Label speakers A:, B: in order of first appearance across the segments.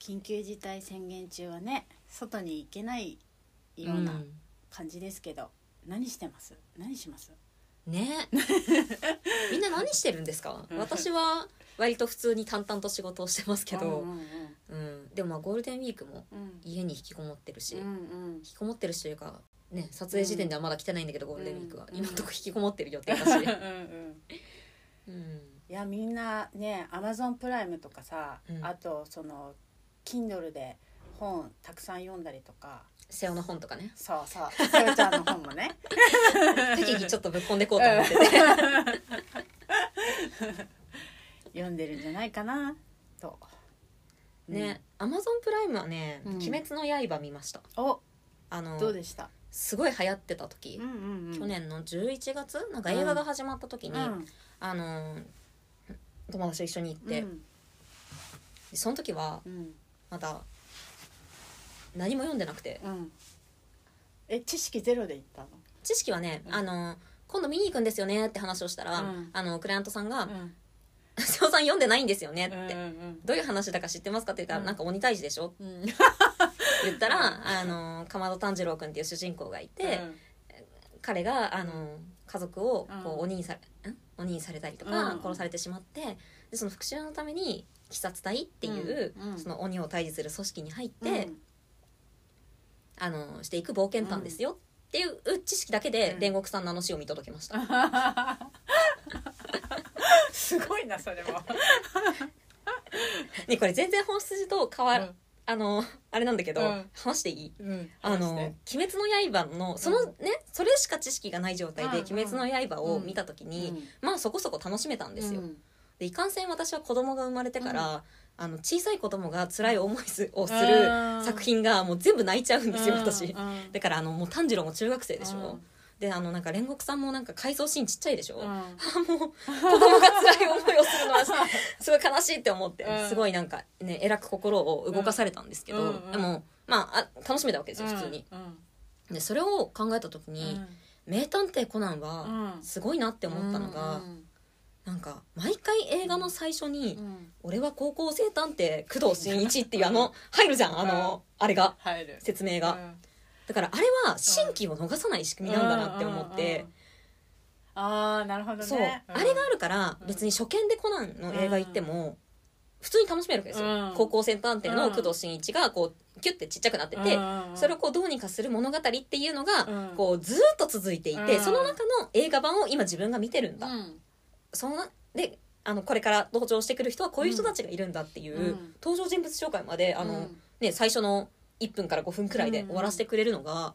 A: 緊急事態宣言中はね外に行けないような感じですけど、何してます何します
B: ねみんな何してるんですか私は割と普通に淡々と仕事をしてますけ
A: う
B: ど、
A: んうん
B: うん、でもまあゴールデンウィークも
A: うん
B: 家に引きこもってるし、
A: うんう
B: 引
A: ん
B: きこもってるしというか、ね、撮影時点ではまだ来てないんだけど、ゴールデンウィークは
A: うん
B: 今のとこ引きこもってる予定だ し、
A: うんうん
B: うん、
A: いやみんなねアマゾンプライムとかさ、
B: うん
A: あとその Kindle で本たくさん読んだりとか
B: 瀬尾の本と かね
A: そうそうさよちゃんの本も ね
B: 適宜ちょっとぶっ込んでこうと思ってて、
A: 読んでるんじゃないかなと。
B: ねアマゾンプライムはね「
A: うん
B: 鬼滅の刃」見ました
A: うん、お
B: あの
A: どうでした、
B: すごい流行ってた時、
A: んうん
B: 去年の11月なんか映画が始まった時に、
A: うん
B: あのー友達と一緒に行って、
A: うん
B: その時は
A: うん
B: まだ何も読んでなくて
A: うん、え知識ゼロで行ったの
B: 知識はね、
A: うん
B: あのー今度見に行くんですよねって話をしたら、
A: うん
B: あのクライアントさんが
A: うん
B: 「瀬尾さん読んでないんですよね」って、
A: うん
B: どういう話だか知ってますか?」って言ったら「
A: うん
B: なんか鬼退治でしょ?」って
A: うんうん
B: 言ったら、あのーかまど炭治郎君っていう主人公がいて、彼があのー家族をこ
A: うん
B: う鬼にされ、ん鬼にされたりとか
A: うん
B: 殺されてしまってでその復讐のために鬼殺隊っていう、
A: うんうん
B: その鬼を退治する組織に入って、
A: うん
B: あのしていく冒険探ですよ、っていう知識だけで
A: うん
B: 煉獄さんのあの死を見届けました、
A: すごいなそれは、
B: ねこれ全然本筋と変わる、
A: うん
B: あのあれなんだけど、
A: うん
B: 話していい
A: うん、
B: あ
A: どう
B: の
A: して
B: 「鬼滅の刃の」その
A: うん
B: ね、それしか知識がない状態で
A: うん
B: 「鬼滅の刃」を見た時に、
A: うん
B: まあそこそこ楽しめたんですよ、
A: うん
B: でいかんせん私は子供が生まれてから、あの小さい子供が辛い思いすをする
A: うん
B: 作品がもう全部泣いちゃうんですよ
A: うん
B: 私
A: うん
B: だからあのもう炭治郎も中学生でしょ、
A: うん
B: であのなんか煉獄さんもなんか回想シーンちっちゃいでしょ、
A: うん
B: あもう子供が辛い思いをするのはすごい悲しいって思って、
A: うん
B: すごいなんかね偉く心を動かされたんですけど、
A: うんうん
B: でもまああ楽しめたわけですよ普通に。
A: うん
B: でそれを考えた時
A: うん
B: に「名探偵コナン」は
A: うん
B: すごいなって思ったの
A: う
B: が、
A: ん
B: なんか毎回映画の最初に
A: うん
B: 「俺は高校生探偵工藤新一」っていうあの入るじゃんあのあれが
A: 入る
B: 説明が。
A: うん
B: だからあれは新規を逃さない仕組みなんだなって思って。
A: うんうんうんああなるほどね
B: そう、
A: ん
B: あれがあるから
A: うん
B: 別に初見でコナンの映画行っても普通に楽しめるわけですよ、
A: うん
B: 高校生探偵の工藤新一がこうキュッてちっちゃくなってて、
A: うんうん
B: それをこうどうにかする物語っていうのが、
A: うん
B: こうずーっと続いていて、
A: うん
B: その中の映画版を今自分が見てるんだ、
A: うん
B: そのであのこれから登場してくる人はこういう人たちがいるんだっていう、
A: うん
B: 登場人物紹介まであの、
A: うん
B: ね、最初の1分から5分くらいで終わらせてくれるのが、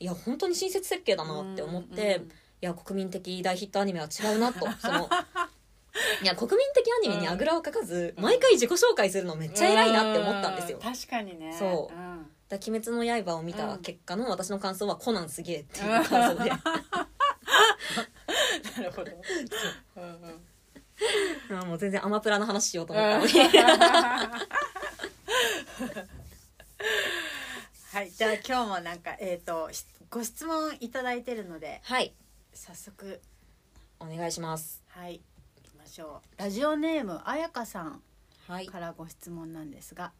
B: いや本当に親切設計だなって思って。
A: うん
B: いや国民的大ヒットアニメは違う なとそのいや国民的アニメにあぐらをかかず、
A: うん
B: 毎回自己紹介するのめっちゃ偉いなって思ったんですよ
A: う
B: だか
A: 確かにね
B: そう
A: うん
B: ら鬼滅の刃」を見
A: う
B: た
A: ん
B: 結果の私の感想は「コナンすげえ」っていう感想で、
A: なるほどうんうん
B: あーもう全然アマプラの話しようと思ったのに、
A: はい、じゃあ今日もなんかえっ、としご質問いただいてるので
B: はい
A: 早速
B: お願いします
A: はい行きましょう。ラジオネームあやかさん
B: はい
A: からご質問なんですが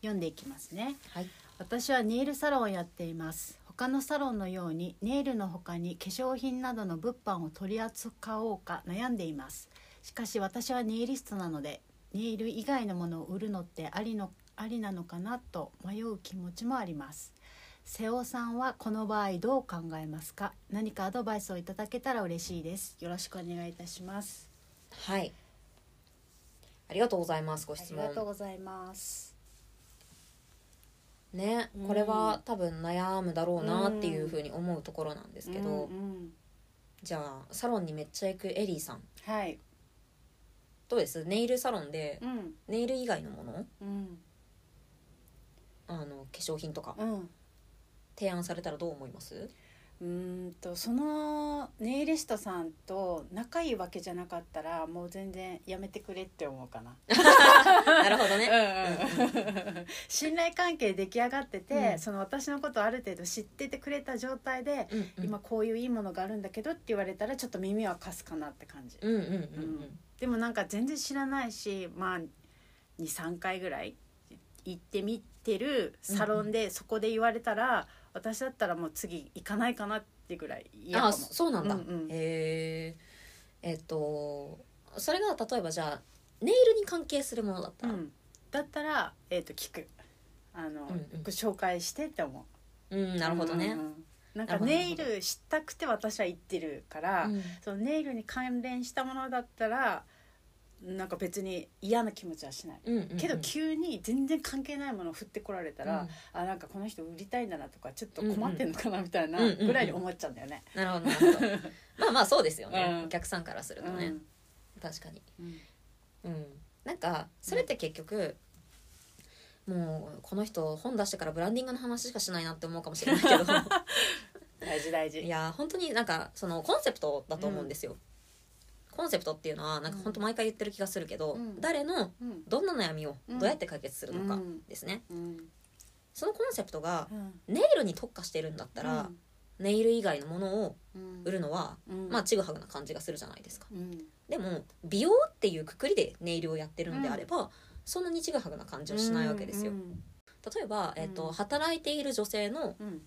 A: 読んでいきますね。
B: はい
A: 私はネイルサロンをやっています他のサロンのようにネイルの他に化粧品などの物販を取り扱おうか悩んでいますしかし私はネイリストなのでネイル以外のものを売るのってありのありなのかなと迷う気持ちもあります瀬尾さんはこの場合どう考えますか何かアドバイスをいただけたら嬉しいですよろしくお願いいたします
B: はいありがとうございますご
A: あ
B: 質
A: りがとう
B: 問
A: ございます
B: ね
A: うん
B: これは多分悩むだろうなっていうふうに思うところなんですけど、
A: うんうん
B: じゃあサロンにめっちゃ行くエリーさん
A: はい
B: どうですネイルサロンで
A: うん
B: ネイル以外のもの
A: うん
B: あの化粧品とか
A: うん
B: 提案されたらどう思 います
A: うーんとそのネイリストさんと仲いいわけじゃなかったらもう全然やめてくれって思うかな。
B: なるほどね
A: 信頼関係出来上がってて、
B: うん
A: その私のことをある程度知っててくれた状態で、
B: うんうん
A: 今こういういいものがあるんだけどって言われたらちょっと耳は貸すかなって感じ。
B: うんうんうん
A: でもなんか全然知らないしまあ23回ぐらい行ってみてるサロンでそこで言われたら、私だったらもう次行かないかなってぐらい嫌かも
B: あそうなんだ、
A: うんうん
B: へええっとそれが例えばじゃあネイルに関係するものだった
A: う
B: ら、
A: ん、だったら、えー、と聞くあの、
B: うんうん
A: 紹介してって思
B: うん
A: う
B: なるほどね、
A: うんうんうんなんか
B: なるほど
A: ネイルしたくて私は行ってるから、
B: うん
A: そのネイルに関連したものだったらなんか別に嫌な気持ちはしない、
B: うんうんうん
A: けど急に全然関係ないものを振ってこられたら、あなんかこの人売りたいんだなとかちょっと困ってんのかなみたいな
B: うんうん
A: ぐらいに思っちゃうんだよね。
B: なるほどなるほど まあまあそうですよね、
A: うん
B: お客さんからするとね、確かに
A: うん
B: うんなんかそれって結局、もうこの人本出してからブランディングの話しかしないなって思うかもしれない けど
A: 大事大事
B: いや本当になんかそのコンセプトだと思うんですよ、コンセプトっていうのはなんか本当毎回言ってる気がするけど、
A: うん
B: 誰の
A: うん
B: どんな悩みを
A: うん
B: どうやって解決するの
A: う
B: か
A: ん
B: ですね、
A: うん
B: そのコンセプトが
A: うん
B: ネイルに特化してるんだったら、ネイル以外のものを
A: うん
B: 売るのは、
A: うん
B: まあちぐはぐな感じがするじゃないですか
A: うん
B: でも美容っていうくくりでネイルをやってるのであれば、そんなにちぐはぐな感じはしないわけですよ、
A: うん
B: 例えば、えっと
A: うん
B: 働いている女性の
A: うん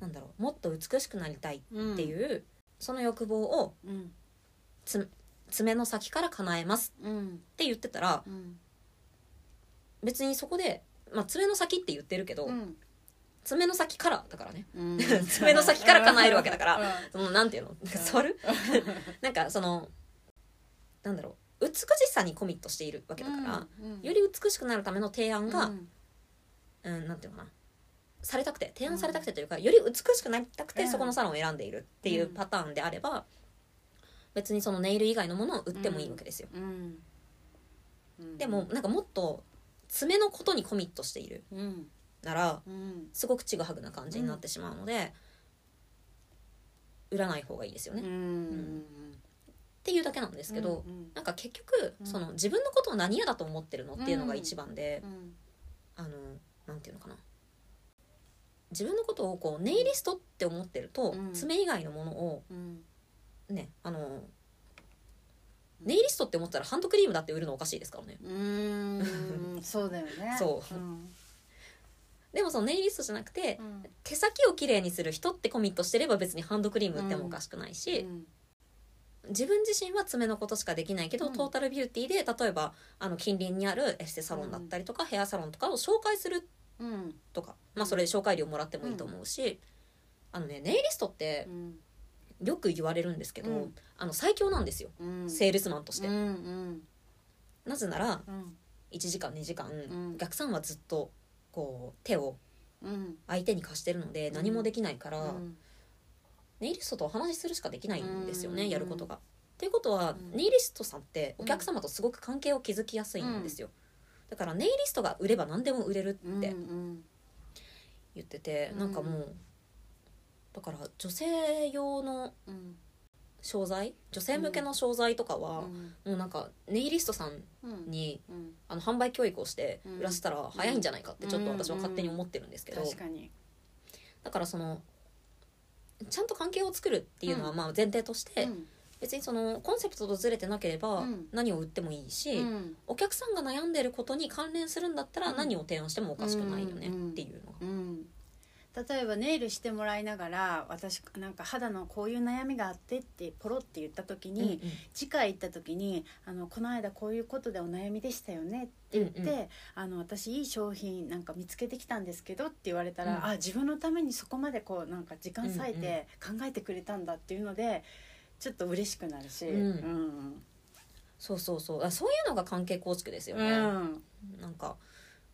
B: なんだろうもっと美しくなりたいっ
A: うん
B: ていう、その欲望を
A: うん
B: つ爪の先から叶えます
A: うん
B: って言ってたら
A: うん
B: 別にそこで、まあ、爪の先って言ってるけど、
A: うん
B: 爪の先からだからね
A: うん
B: 爪の先から叶えるわけだから
A: うん
B: そのなんていうの 座る なんかそのなんだろう美しさにコミットしているわけだから、
A: うん
B: より美しくなるための提案が、
A: うん
B: うんなんていうのかなされたくて提案されたくてというか、より美しくなりたくて、
A: うん
B: そこのサロンを選んでいるっていうパターンであれば、別にそのネイル以外のものを売ってもいいわけですよ、
A: うんうん
B: でもなんかもっと爪のことにコミットしている
A: うん
B: なら
A: うん
B: すごくちぐはぐな感じになってしまうので、売らない方がいいですよ
A: う
B: ね、っ
A: ん
B: ていうだけなんですけど、
A: うん
B: なんか結局、
A: うん
B: その自分のことを何嫌だと思ってるのっていうのが一番で
A: う、ん
B: あのなんていうのかな自分のことをこうネイリストって思ってると、
A: うん
B: 爪以外のものを
A: うん
B: ねあのネイリストって思ったらハンドクリームだって売るのおかしいですからね
A: うんそうだよね
B: そう
A: うん
B: でもそのネイリストじゃなくて
A: うん
B: 手先をきれいにする人ってコミットしてれば別にハンドクリーム売ってもおかしくないうし、
A: ん
B: 自分自身は爪のことしかできないけど、
A: うん
B: トータルビューティーで例えばあの近隣にあるエステサロンだったりとか、ヘアサロンとかを紹介する
A: うん
B: とか、まあ、それで紹介料もらってもいいと思うし、あのねネイリストって
A: うん
B: よく言われるんですけど、
A: うん
B: あの最強なんですよ、
A: うん
B: セールスマンとして、
A: うんうん
B: なぜなら
A: うん
B: 1時間2時間、
A: ん
B: お客さんはずっとこう手を
A: うん
B: 相手に貸してるので何もできないから、
A: うん
B: ネイリストとお話しするしかできないんですよね、
A: うん
B: やることが。っていうことは、
A: うん
B: ネイリストさんってお客様とすごく関係を築きやすいんですよ、だからネイリストが売れば何でも売れる
A: うん
B: って
A: うん
B: 言ってて、
A: うん
B: なんかもうだから女性用の
A: うん
B: 商材女性向けの商材とかは、もうなんかネイリストさん
A: うん
B: に
A: うん
B: あの販売教育をして
A: うん
B: 売らせたら早いんじゃないかってちょっと私は勝手に思ってるんですけど、
A: 確かに
B: だからそのちゃんと関係を作るっていうのは
A: う
B: まあ前提として、
A: うん
B: 別にそのコンセプトとずれてなければ
A: うん
B: 何を売ってもいいし、
A: うん
B: お客さんが悩んでることに関連するんだったら
A: うん
B: 何を提案してもおかしくないよね
A: うん
B: っていうのが。
A: うん例えばネイルしてもらいながら私なんか肌のこういう悩みがあってってポロって言った時に、次回行った時にあの「この間こういうことでお悩みでしたよね」って言って「
B: うんう
A: あの私いい商品なんか見つけてきたんですけど」って言われたら、
B: うん
A: あ自分のためにそこまでこうなんか時間割い
B: うんうん
A: て考えてくれたんだっていうので、ちょっと嬉しくなるし、
B: うん
A: うん
B: そうそうそうあそういうのが関係構築ですよ
A: う
B: ね、
A: ん
B: なんか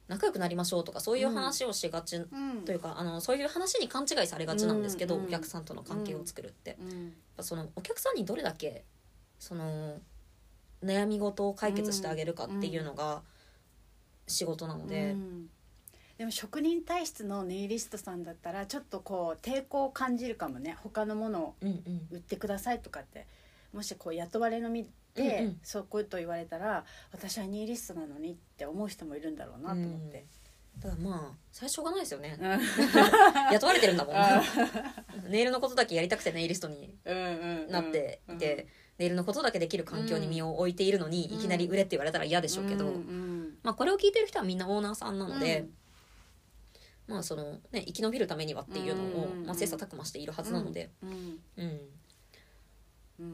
B: 仲良くなりましょうとかそういう話をしがち
A: うん
B: というかあのそういう話に勘違いされがちなんですけど、
A: うん
B: お客さんとの関係を作るって、やっ
A: うん
B: ぱそのお客さんにどれだけその悩み事を解決してあげるかっていうのが仕事なので、
A: うんでも職人体質のネイリストさんだったらちょっとこう抵抗を感じるかもね他のものを
B: うんうん
A: 売ってくださいとかってもしこう雇われの身で、
B: うんうん
A: そうこういうこと言われたら私はネイリストなのにって思う人もいるんだろうなと思って。
B: だからまあ最初がないですよね
A: うん
B: 雇われてるんだも
A: あ
B: ん ネイルのことだけやりたくてネイリストに
A: うんうん
B: なっていて、ネイルのことだけできる環境に身を置いているのに、
A: うん
B: いきなり売れって言われたら嫌で
A: で
B: しょうけど、
A: うんうん
B: ままあ、これを聞いてる人はみんなオーナーさんなので、まあそのね、生き延びるためにはっていうのを、
A: うんうんうん
B: まあ、切磋琢磨しているはずなので、
A: うんうん
B: うん
A: うん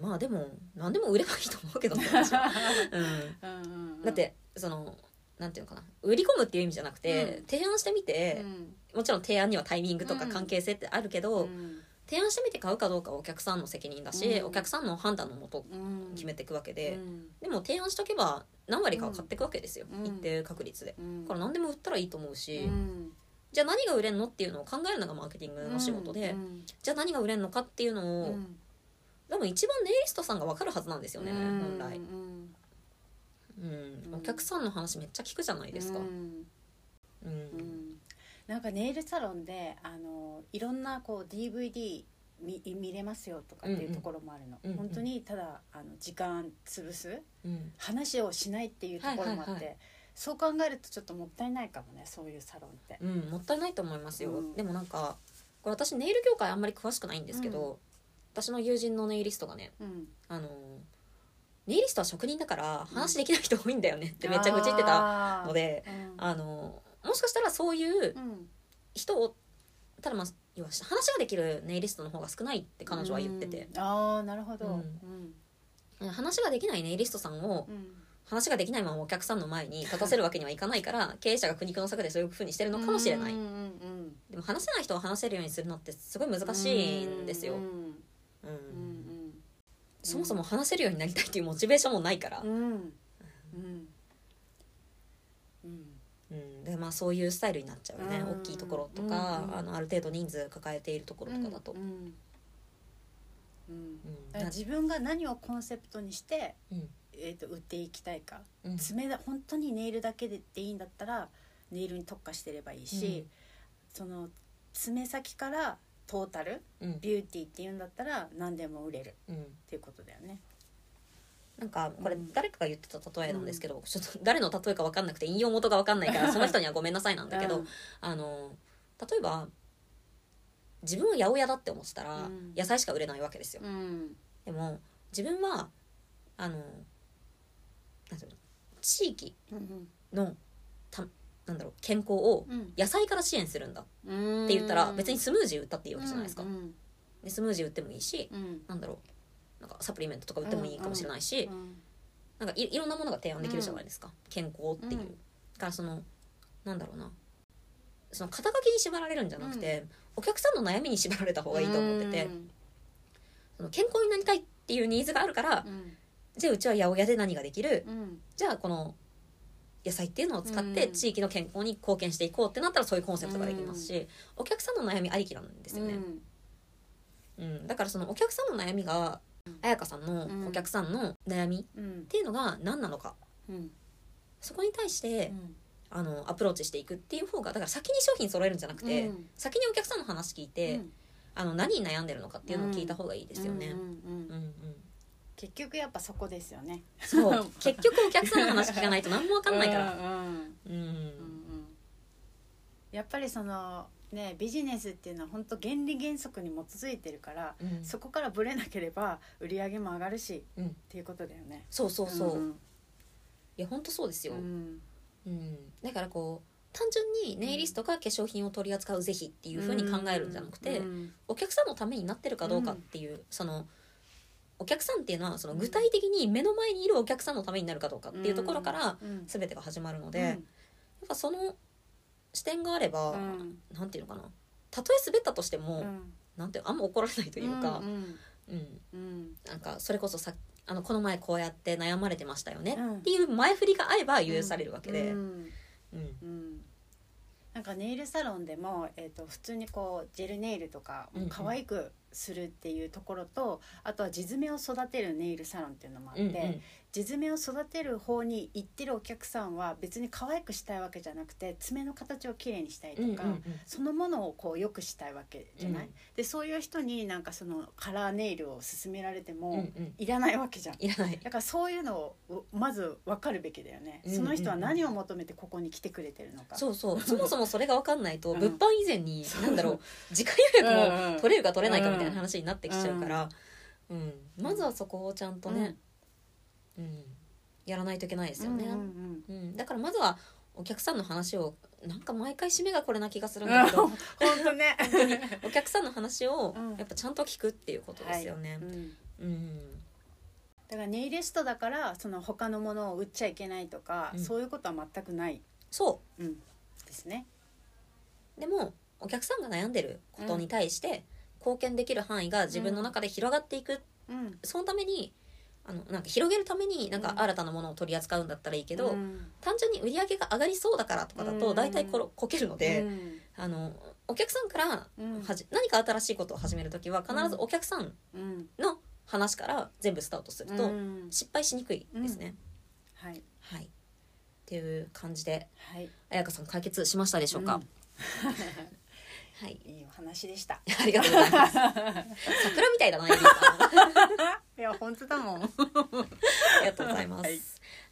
B: うんまあでも何でも売ればいいと思うけどね、私はうん
A: うんうん
B: だってそのなんていうのかな売り込むっていう意味じゃなくて、
A: うん
B: 提案してみて
A: う、ん
B: もちろん提案にはタイミングとか
A: うん
B: 関係性ってあるけど、
A: うん
B: 提案してみて買うかどうかはお客さんの責任だし、
A: うん
B: お客さんの判断のもと
A: うん
B: 決めていくわけ
A: う
B: で、
A: ん
B: でも提案しとけば何割かは買っていくわけですよ、
A: うん
B: 一定確率で。
A: うん
B: だから何でも売ったらいいと思うし、
A: うん
B: じゃあ何が売れんのっていうのを考えるのがマーケティングの仕事で、
A: うん
B: じゃあ何が売れんのかっていう
A: う
B: のを、
A: ん
B: 多分一番ネイリストさんが分かるはずなんですよね、
A: うん
B: 本来
A: う、ん
B: うん
A: うん
B: お客さんの話めっちゃ聞くじゃないですか、
A: う
B: うん
A: ん
B: う
A: うんんなんかネイルサロンであのいろんなこう DVD 見見れますよとかっていうところもあるの、
B: うんうん
A: 本当にただあの時間潰す
B: うん
A: 話をしないっていうところもあって、
B: はいはいは
A: そう考えるとちょっともったいないかもねそういうサロンって。
B: もったいないと思いますよ、
A: うん
B: でもなんかこれ私ネイル業界あんまり詳しくないんですけど、私の友人のネイリストがね
A: うん、
B: あのネイリストは職人だから話できない人多いんだよねってめっちゃ愚痴ってた
A: た
B: の、で
A: うん
B: あのもしかしたらそういう
A: うん
B: 人をただまあ要は話ができるネイリストの方が少ないって彼女は言ってて、
A: うんああなるほど、う
B: うん
A: ん
B: 話ができないネイリストさんを
A: うん
B: 話ができないままお客さんの前に立たせるわけにはいかないから経営者が苦肉の策でそういうふうにしてるのかもしれない、
A: うんうん
B: でも話せない人を話せるようにするのってすごい
A: うん、
B: 難しいんですよ、
A: うん
B: うん
A: うん
B: そもそも話せるようになりたいっていうモチベーションもないから
A: うんう、んうんうん
B: うんでまあ、そういうスタイルになっちゃうよね、
A: うん
B: 大きいところとか、
A: うん
B: あのある程度人数抱えているところとかだと、
A: う
B: うん
A: んうん
B: うん
A: だから自分が何をコンセプトにして、えー、と売っていきたいか
B: うん
A: 爪だ本当にネイルだけでっていいんだったらネイルに特化してればいいし、その爪先からトータル
B: うん
A: ビューティーっていうんだったら何でも売れるっ
B: うん
A: ていうことだよね。
B: なんかこれ
A: うん
B: 誰かが言ってた例えなんですけど、ちょっと誰の例えか分かんなくて引用元が分かんないからその人にはごめんなさいなんだけど、
A: うん
B: あの例えば自分は八百屋だって思ってたら、
A: うん
B: 野菜しか売れないわけですよ、
A: うん
B: でも自分はあのなんていうの地域
A: うん
B: のたなんだろう健康を
A: うん
B: 野菜から支援するんだっ
A: うん
B: て言ったら別にスムージー売ったっていいわけじゃないですか、
A: うん
B: でスムージー売ってもいいし
A: うん
B: なんだろうなんかサプリメントとか売ってもいいかもしれないし、
A: うん
B: なんかいいろんなものが提案できるじゃないですか、健康っていう、
A: うん
B: だからそのなんだろうなその肩書きに縛られるんじゃなくて、お客さんの悩みに縛られた方がいいと思ってて、
A: うん
B: その健康になりたいっていうニーズがあるから、
A: うん
B: じゃあうちは八百屋で何ができる
A: うん
B: じゃあこの野菜っていうのを使っ
A: う
B: て
A: ん
B: 地域の健康に貢献していこうってなったらそういうコンセプトができますし、お客さんの悩みありきなんですよね、うんだからそのお客さんの悩みが彩香さんの
A: うん
B: お客さんの悩みっ
A: うん
B: ていうのが何なのか
A: うん
B: そこに対して、
A: うん
B: あのアプローチしていくっていう方がだから先に商品揃えるんじゃなくて、
A: うん
B: 先にお客さんの話聞いて、
A: うん
B: あの何に悩んでるのかっていうのを聞いた方がいいですよね
A: うん。うん
B: う
A: う
B: んうんん
A: 結局やっぱそこですよね。
B: そう結局お客さんの話聞かないと何も分かんないから。
A: うん うんう
B: うん
A: んうんやっぱりそのねビジネスっていうのは本当原理原則に基づいてるから、
B: うん
A: そこからブレなければ売り上げも上がるし、
B: うん
A: っていうことだよね。
B: そうそうそう、い
A: ん
B: や本当そうですよ、
A: う
B: うん
A: ん
B: だからこう単純にネイリストが化粧品を取り扱う是非っていうふうに考えるんじゃなくて、
A: うん
B: お客さんのためになってるかどうかっていう、そのお客さんっていうのはその具体的に目の前にいるお客さんのためになるかどうかっていうところから、
A: うん
B: 全てが始まるので、なんかその視点があれば、
A: うん
B: なんていうのかなたとえ滑ったとして
A: う
B: も、
A: ん
B: なんていうあんま怒られないというか
A: う、ん
B: うん
A: うん
B: なんかそれこそさあのこの前こうやって悩まれてましたよね、
A: うん
B: っていう前振りがあれば許されるわけで、
A: う
B: うん
A: んうんなんかネイルサロンでも、えー、と普通にこうジェルネイルとか
B: うんうん
A: 可愛くするっていうところと、あとは地爪を育てるネイルサロンっていうのもあって、
B: うんうん
A: 地爪を育てる方に行ってるお客さんは別に可愛くしたいわけじゃなくて爪の形をきれいにしたいと
B: うんうん
A: か、そのものをこう良くしたいわけじゃない、
B: うん
A: でそういう人になんかそのカラーネイルを勧められても、
B: うんうん
A: いらないわけじゃん。
B: いらない、
A: だからそういうのをまず分かるべきだよね、
B: うんうん
A: その人は何を求めてここに来てくれてるのか
B: そうそうそもそもそれが分かんないと、
A: うん
B: 物販以前に
A: そう
B: 何だろう時間予
A: うん
B: 約
A: うん
B: も取れるか取れないかみたいな話になってきちゃうから、うんまずはそこをちゃんとね、うんいやらないといけないですよね、
A: う
B: うん
A: うんん
B: だからまずはお客さんの話をなんか毎回締めがこれな気がす
A: う
B: る
A: ん、
B: んだけど
A: 本当ね。
B: お客さんの話を
A: うん
B: やっぱちゃんと聞くっていうことですよね
A: う。ん
B: うん
A: だからネイリストだからその他のものを売っちゃいけないとか、
B: うん
A: そういうことは全くない、
B: そ
A: うん、ですね。
B: うでもお客さんが悩んでることに対して貢献できる範囲が自分の中で広がっていく
A: うん。
B: そのためにあのなんか広げるためになんか
A: うん
B: 新たなものを取り扱うんだったらいいけど、
A: うん
B: 単純に売り上げが上がりそうだからとかだ
A: う
B: と
A: ん
B: 大体ころこけるので、
A: うん
B: あのお客さんからは
A: うん
B: じ、何か新しいことを始める時は必ずお客さん
A: うん、
B: の話から全部スタートすると
A: うん
B: 失敗しにくいですね。
A: はい
B: はいっていう感じで
A: はい。
B: 彩香さん解決しましたでしょうか、
A: うん
B: はい
A: いいお話でした。
B: ありがとうございます桜みたいだなエリーさん
A: いや本当だもん。
B: ありがとうございます。
A: はい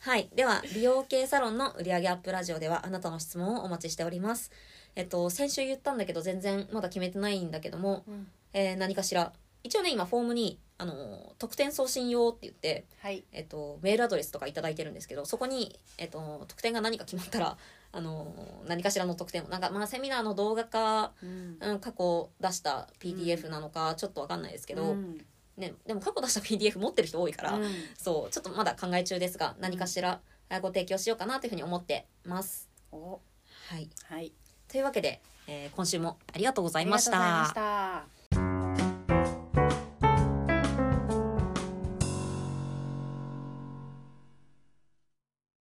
B: はい、では美容系サロンの売上アップラジオではあなたの質問をお待ちしております。えっと先週言ったんだけど全然まだ決めてないんだけども、
A: うん
B: えー何かしら一応ね今フォームにあの特典送信用って言って。
A: はい。
B: えっと、メールアドレスとか頂いただいてるんですけどそこに、えっと、特典が何か決まったらあの何かしらの特典をなんか、まあ、セミナーの動画か、
A: うん。
B: うん、過去出した PDF なのかちょっと分かんないですけど、
A: うん
B: ね、でも過去出した PDF 持ってる人多いから、
A: うん
B: そうちょっとまだ考え中ですが何かしらあご提供しようかなというふうに思ってます。
A: お
B: はい、
A: はい。
B: というわけで、えー今週もありがとうござ
A: あ
B: いました。
A: りがとうございました。